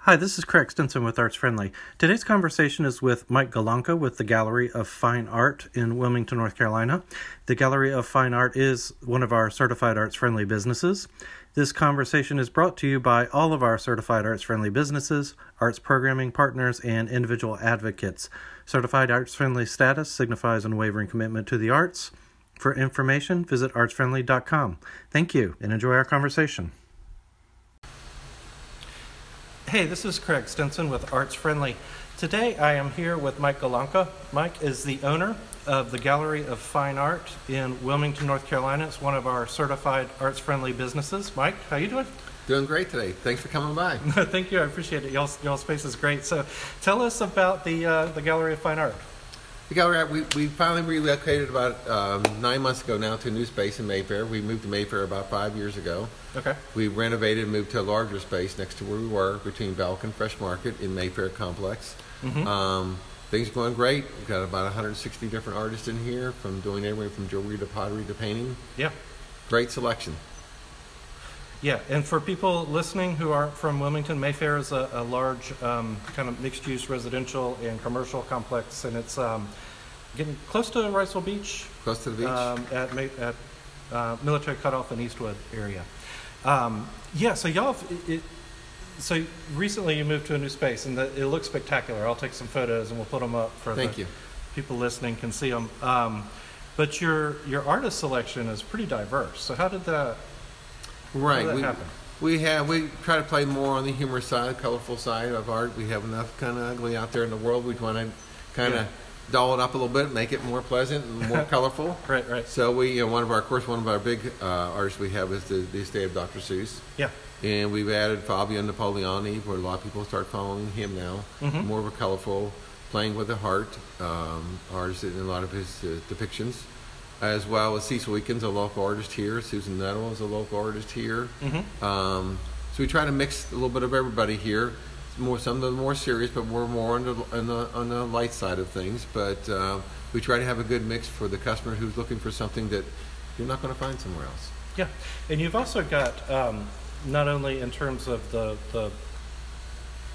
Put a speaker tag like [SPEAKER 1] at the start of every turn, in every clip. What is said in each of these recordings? [SPEAKER 1] Hi, this is Craig Stinson with Arts Friendly. Today's conversation is with Mike Galanka with the Gallery of Fine Art in Wilmington, North Carolina. The Gallery of Fine Art is one of our certified arts friendly businesses. This conversation is brought to you by all of our certified arts friendly businesses, arts programming partners, and individual advocates. Certified arts friendly status signifies unwavering commitment to the arts. For information, visit artsfriendly.com. Thank you and enjoy our conversation. Hey, this is Craig Stinson with Arts Friendly. Today I am here with Mike Galanka. Mike is the owner of the Gallery of Fine Art in Wilmington, North Carolina. It's one of our certified arts friendly businesses. Mike, how you doing?
[SPEAKER 2] Doing great today. Thanks for coming by.
[SPEAKER 1] Thank you. I appreciate it. Y'all's, y'all's space is great. So tell us about the, uh, the Gallery of Fine Art.
[SPEAKER 2] The gallery, we, we finally relocated about um, nine months ago now to a new space in Mayfair. We moved to Mayfair about five years ago.
[SPEAKER 1] Okay.
[SPEAKER 2] We renovated and moved to a larger space next to where we were between Belk and Fresh Market in Mayfair Complex. Um, things are going great. We've got about 160 different artists in here from doing everything from jewelry to pottery to painting.
[SPEAKER 1] Yeah.
[SPEAKER 2] Great selection.
[SPEAKER 1] Yeah, and for people listening who aren't from Wilmington, Mayfair is a, a large um, kind of mixed-use residential and commercial complex, and it's um, getting close to Riceville Beach,
[SPEAKER 2] Close to the beach.
[SPEAKER 1] Um, at Ma- at uh, Military Cutoff and Eastwood area. Um, yeah, so y'all, have, it, it, so recently you moved to a new space, and the, it looks spectacular. I'll take some photos and we'll put them up for
[SPEAKER 2] Thank
[SPEAKER 1] the
[SPEAKER 2] you.
[SPEAKER 1] people listening can see them. Um, but your your artist selection is pretty diverse. So how did that?
[SPEAKER 2] Right.
[SPEAKER 1] that
[SPEAKER 2] we,
[SPEAKER 1] happen?
[SPEAKER 2] we have we try to play more on the humorous side, colorful side of art. We have enough kind of ugly out there in the world. We want to kind of
[SPEAKER 1] Yeah.
[SPEAKER 2] doll it up a little bit, make it more pleasant and more colorful.
[SPEAKER 1] Right, right.
[SPEAKER 2] So we, you know, one of our, of course, one of our big uh, artists we have is the, the estate of Dr. Seuss,
[SPEAKER 1] Yeah,
[SPEAKER 2] and we've added Fabio Napoleoni, where a lot of people start following him now. More of a colorful, playing with the heart um, artist in a lot of his uh, depictions, as well as Cecil Weekins, a local artist here. Susan Nettle is a local artist here. Um, so we try to mix a little bit of everybody here. More some of the more serious, but we're more on the on the, on the light side of things. But uh, we try to have a good mix for the customer who's looking for something that you're not going to find somewhere else.
[SPEAKER 1] yeah. And you've also got um, not only in terms of the the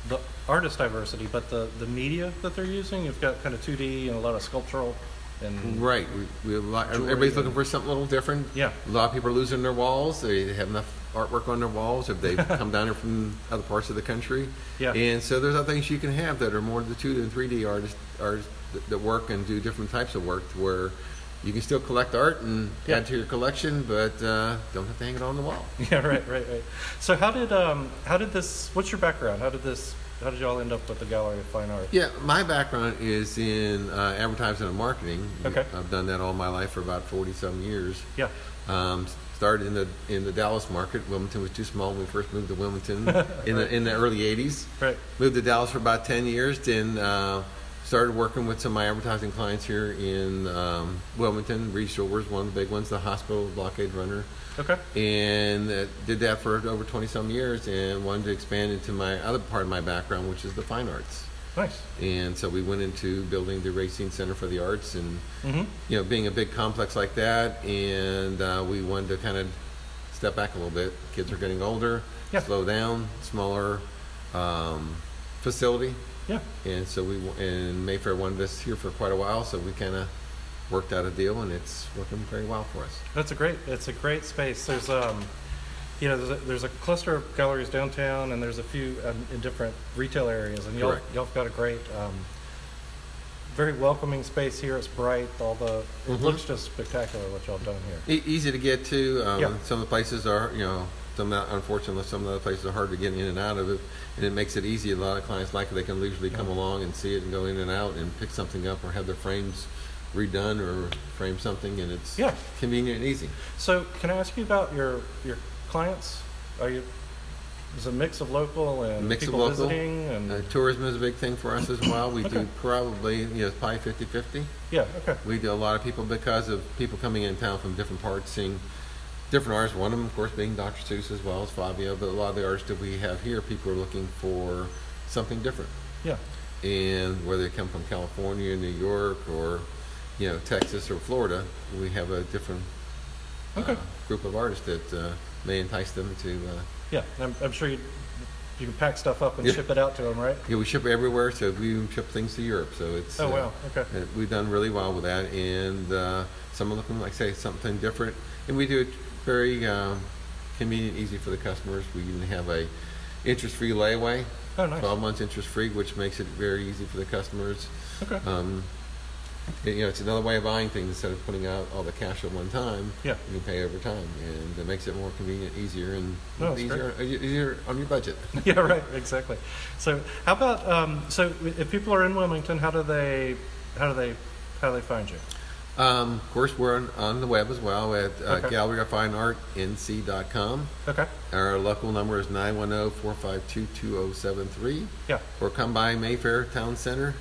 [SPEAKER 1] the artist diversity, but the the media that they're using. You've got kind of two D and a lot of sculptural and
[SPEAKER 2] Right. We, we have a lot,
[SPEAKER 1] Jewelry
[SPEAKER 2] everybody's
[SPEAKER 1] and-
[SPEAKER 2] looking for something a little different.
[SPEAKER 1] Yeah.
[SPEAKER 2] A lot of people are losing their walls. They have enough artwork on their walls if they've come down here from other parts of the country.
[SPEAKER 1] Yeah.
[SPEAKER 2] And so there's other things you can have that are more the two and three D artists artists that- that work and do different types of work to where you can still collect art and
[SPEAKER 1] Yeah.
[SPEAKER 2] add to your collection, but uh, don't have to hang it on the wall.
[SPEAKER 1] yeah, right, right, right. So how did um how did this? What's your background? How did this? How did y'all end up with the Gallery of Fine Art?
[SPEAKER 2] Yeah, my background is in uh, advertising and marketing.
[SPEAKER 1] Okay.
[SPEAKER 2] I've done that all my life for about forty some years.
[SPEAKER 1] Yeah,
[SPEAKER 2] Um, started in the in the Dallas market. Wilmington was too small when we first moved to Wilmington in the in the early '80s.
[SPEAKER 1] Right.
[SPEAKER 2] Moved to Dallas for about ten years. Then uh, started working with some of my advertising clients here in um, Wilmington. Reed Shores, one of the big ones, the hospital blockade runner,
[SPEAKER 1] Okay.
[SPEAKER 2] and uh, did that for over twenty some years. And wanted to expand into my other part of my background, which is the fine arts.
[SPEAKER 1] Nice.
[SPEAKER 2] And so we went into building the Racine Center for the Arts and,
[SPEAKER 1] Mhm.
[SPEAKER 2] you know, being a big complex like that. And uh, we wanted to kind of step back a little bit. Kids are getting older,
[SPEAKER 1] Yeah.
[SPEAKER 2] slow down, smaller um, facility.
[SPEAKER 1] Yeah.
[SPEAKER 2] And so we, w- and Mayfair wanted us here for quite a while, so we kind of worked out a deal and it's working very well for us.
[SPEAKER 1] That's a great. It's a great space. There's um, you know, there's a, there's a cluster of galleries downtown, and there's a few um, in different retail areas. And y'all,
[SPEAKER 2] Correct.
[SPEAKER 1] y'all have got a great, um, very welcoming space here. It's bright. All the it
[SPEAKER 2] Mhm.
[SPEAKER 1] looks just spectacular what y'all done here.
[SPEAKER 2] E- easy to get to. Um,
[SPEAKER 1] Yeah.
[SPEAKER 2] Some of the places are, you know, some of the- unfortunately some of the other places are hard to get in and out of it, and it makes it easy. A lot of clients like it; they can usually come along and see it and go in and out and pick something up or have their frames redone or frame something, and it's
[SPEAKER 1] Yeah.
[SPEAKER 2] convenient and easy.
[SPEAKER 1] So, can I ask you about your your clients? Are you? Is a mix of local and
[SPEAKER 2] Mix of
[SPEAKER 1] people
[SPEAKER 2] local.
[SPEAKER 1] visiting and
[SPEAKER 2] Uh, tourism is a big thing for us as well. We
[SPEAKER 1] Okay.
[SPEAKER 2] do probably, you know, it's probably 50 50.
[SPEAKER 1] yeah okay
[SPEAKER 2] We do a lot of people because of people coming in town from different parts, seeing different artists. One of them, of course, being Dr. Seuss as well as Fabio, but a lot of the artists that we have here, people are looking for something different.
[SPEAKER 1] yeah
[SPEAKER 2] And whether they come from California, New York, or you know Texas or Florida, we have a different uh,
[SPEAKER 1] Okay.
[SPEAKER 2] group of artists that uh, may entice them to. Uh,
[SPEAKER 1] yeah. I'm, I'm sure you You can pack stuff up and
[SPEAKER 2] Yeah.
[SPEAKER 1] ship it out to them, right?
[SPEAKER 2] Yeah, we ship everywhere, so we even ship things to Europe. So it's
[SPEAKER 1] Oh,
[SPEAKER 2] uh,
[SPEAKER 1] wow. Okay.
[SPEAKER 2] uh, we've done really well with that, and uh, some of them, like I say, something different, and we do it very um, convenient, easy for the customers. We even have a interest-free layaway,
[SPEAKER 1] Oh, nice.
[SPEAKER 2] 12 months interest-free, which makes it very easy for the customers.
[SPEAKER 1] Okay.
[SPEAKER 2] Um, it- you know, it's another way of buying things instead of putting out all the cash at one time.
[SPEAKER 1] Yeah.
[SPEAKER 2] You can pay over time, and it makes it more convenient, easier, and
[SPEAKER 1] No, that's
[SPEAKER 2] easier, easier on your budget.
[SPEAKER 1] yeah, right. Exactly. So, how about um, so if people are in Wilmington, how do they how do they how do they find you?
[SPEAKER 2] Um, of course, we're on, on the web as well at uh,
[SPEAKER 1] Okay.
[SPEAKER 2] Gallery of Fine Art NC.com.
[SPEAKER 1] Okay.
[SPEAKER 2] Our local number is oh, 910-452-2073.
[SPEAKER 1] Yeah.
[SPEAKER 2] Or come by Mayfair Town Center,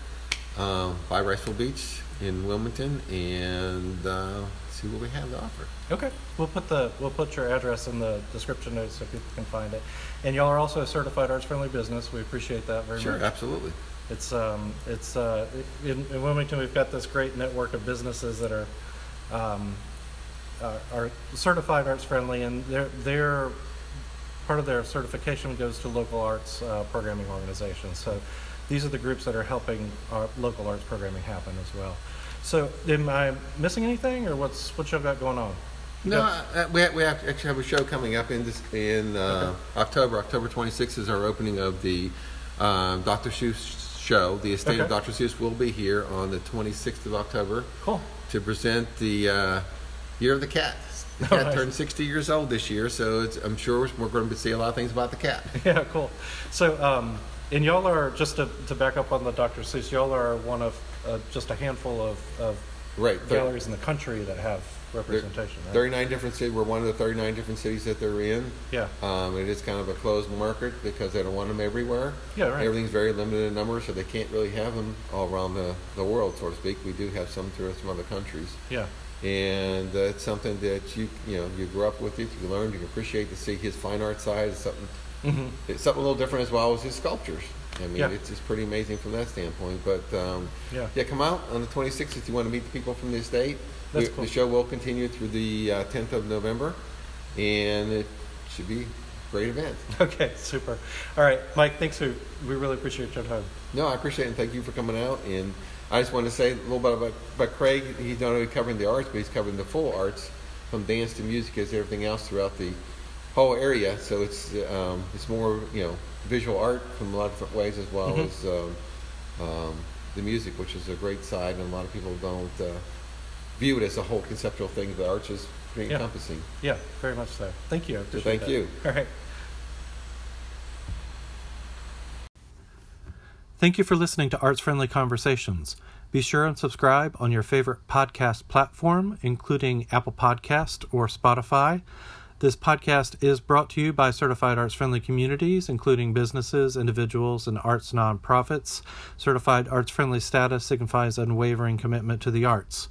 [SPEAKER 2] um, by Riceville Beach in Wilmington, and uh, see what we have to offer.
[SPEAKER 1] Okay. We'll put the we'll put your address in the description notes so people can find it. And y'all are also a certified arts friendly business. We appreciate that very
[SPEAKER 2] Sure,
[SPEAKER 1] much.
[SPEAKER 2] absolutely.
[SPEAKER 1] It's um, it's uh, in, in Wilmington. We've got this great network of businesses that are um, are, are certified arts friendly, and their their part of their certification goes to local arts uh, programming organizations. So these are the groups that are helping our local arts programming happen as well. So am I missing anything, or what's what y'all got going on?
[SPEAKER 2] No, uh, we, have, we have, actually have a show coming up in this, in uh, October. October 26th is our opening of the um, Dr. Seuss show. The estate of
[SPEAKER 1] Okay.
[SPEAKER 2] Dr. Seuss will be here on the 26th of October
[SPEAKER 1] Cool.
[SPEAKER 2] to present the uh, Year of the Cat. The cat
[SPEAKER 1] Nice.
[SPEAKER 2] turned 60 years old this year, so it's, I'm sure we're going to see a lot of things about the cat.
[SPEAKER 1] Yeah, cool. So, um, and y'all are just to, to back up on the Dr. Seuss, y'all are one of uh, just a handful of, of
[SPEAKER 2] Right. thir-
[SPEAKER 1] galleries in the country that have
[SPEAKER 2] thir-
[SPEAKER 1] representation. right?
[SPEAKER 2] 39 different cities. We're one of the 39 different cities that they're in.
[SPEAKER 1] Yeah.
[SPEAKER 2] Um, it is kind of a closed market because they don't want them everywhere.
[SPEAKER 1] Yeah, right.
[SPEAKER 2] Everything's very limited in number, so they can't really have them all around the, the world, so to speak. We do have some throughout some other countries.
[SPEAKER 1] Yeah.
[SPEAKER 2] And uh, it's something that you you know you grew up with it, you learned, you appreciate to see his fine art side. It's something
[SPEAKER 1] hmm
[SPEAKER 2] it's something a little different as well as his sculptures. I mean,
[SPEAKER 1] Yeah.
[SPEAKER 2] it's, it's pretty amazing from that standpoint. But um,
[SPEAKER 1] Yeah.
[SPEAKER 2] come out on the 26th if you want to meet the people from the estate.
[SPEAKER 1] That's
[SPEAKER 2] We-
[SPEAKER 1] cool.
[SPEAKER 2] The show will continue through the uh, 10th of November, and it should be a great event.
[SPEAKER 1] Okay, super. All right, Mike, thanks. We, we really appreciate your time.
[SPEAKER 2] No, I appreciate it, and thank you for coming out. And I just want to say a little bit about, about Craig. He's not only covering the arts, but he's covering the full arts, from dance to music, as everything else throughout the whole area. So it's um, it's more you know visual art from a lot of different ways, as well
[SPEAKER 1] Mhm.
[SPEAKER 2] as um, um, the music, which is a great side, and a lot of people don't uh, view it as a whole conceptual thing. The arts is pretty
[SPEAKER 1] Yeah.
[SPEAKER 2] encompassing.
[SPEAKER 1] Yeah, very much so. Thank you. I appreciate
[SPEAKER 2] thank
[SPEAKER 1] that.
[SPEAKER 2] you.
[SPEAKER 1] All right.
[SPEAKER 3] Thank you for listening to Arts Friendly Conversations. Be sure and subscribe on your favorite podcast platform, including Apple Podcast or Spotify. This podcast is brought to you by certified arts friendly communities, including businesses, individuals, and arts nonprofits. Certified arts friendly status signifies unwavering commitment to the arts.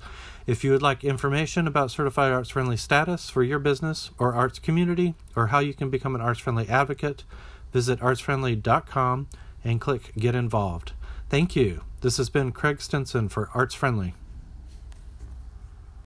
[SPEAKER 3] If you would like information about certified arts friendly status for your business or arts community, or how you can become an arts friendly advocate, visit artsfriendly.com and click Get Involved. Thank you. This has been Craig Stinson for Arts Friendly.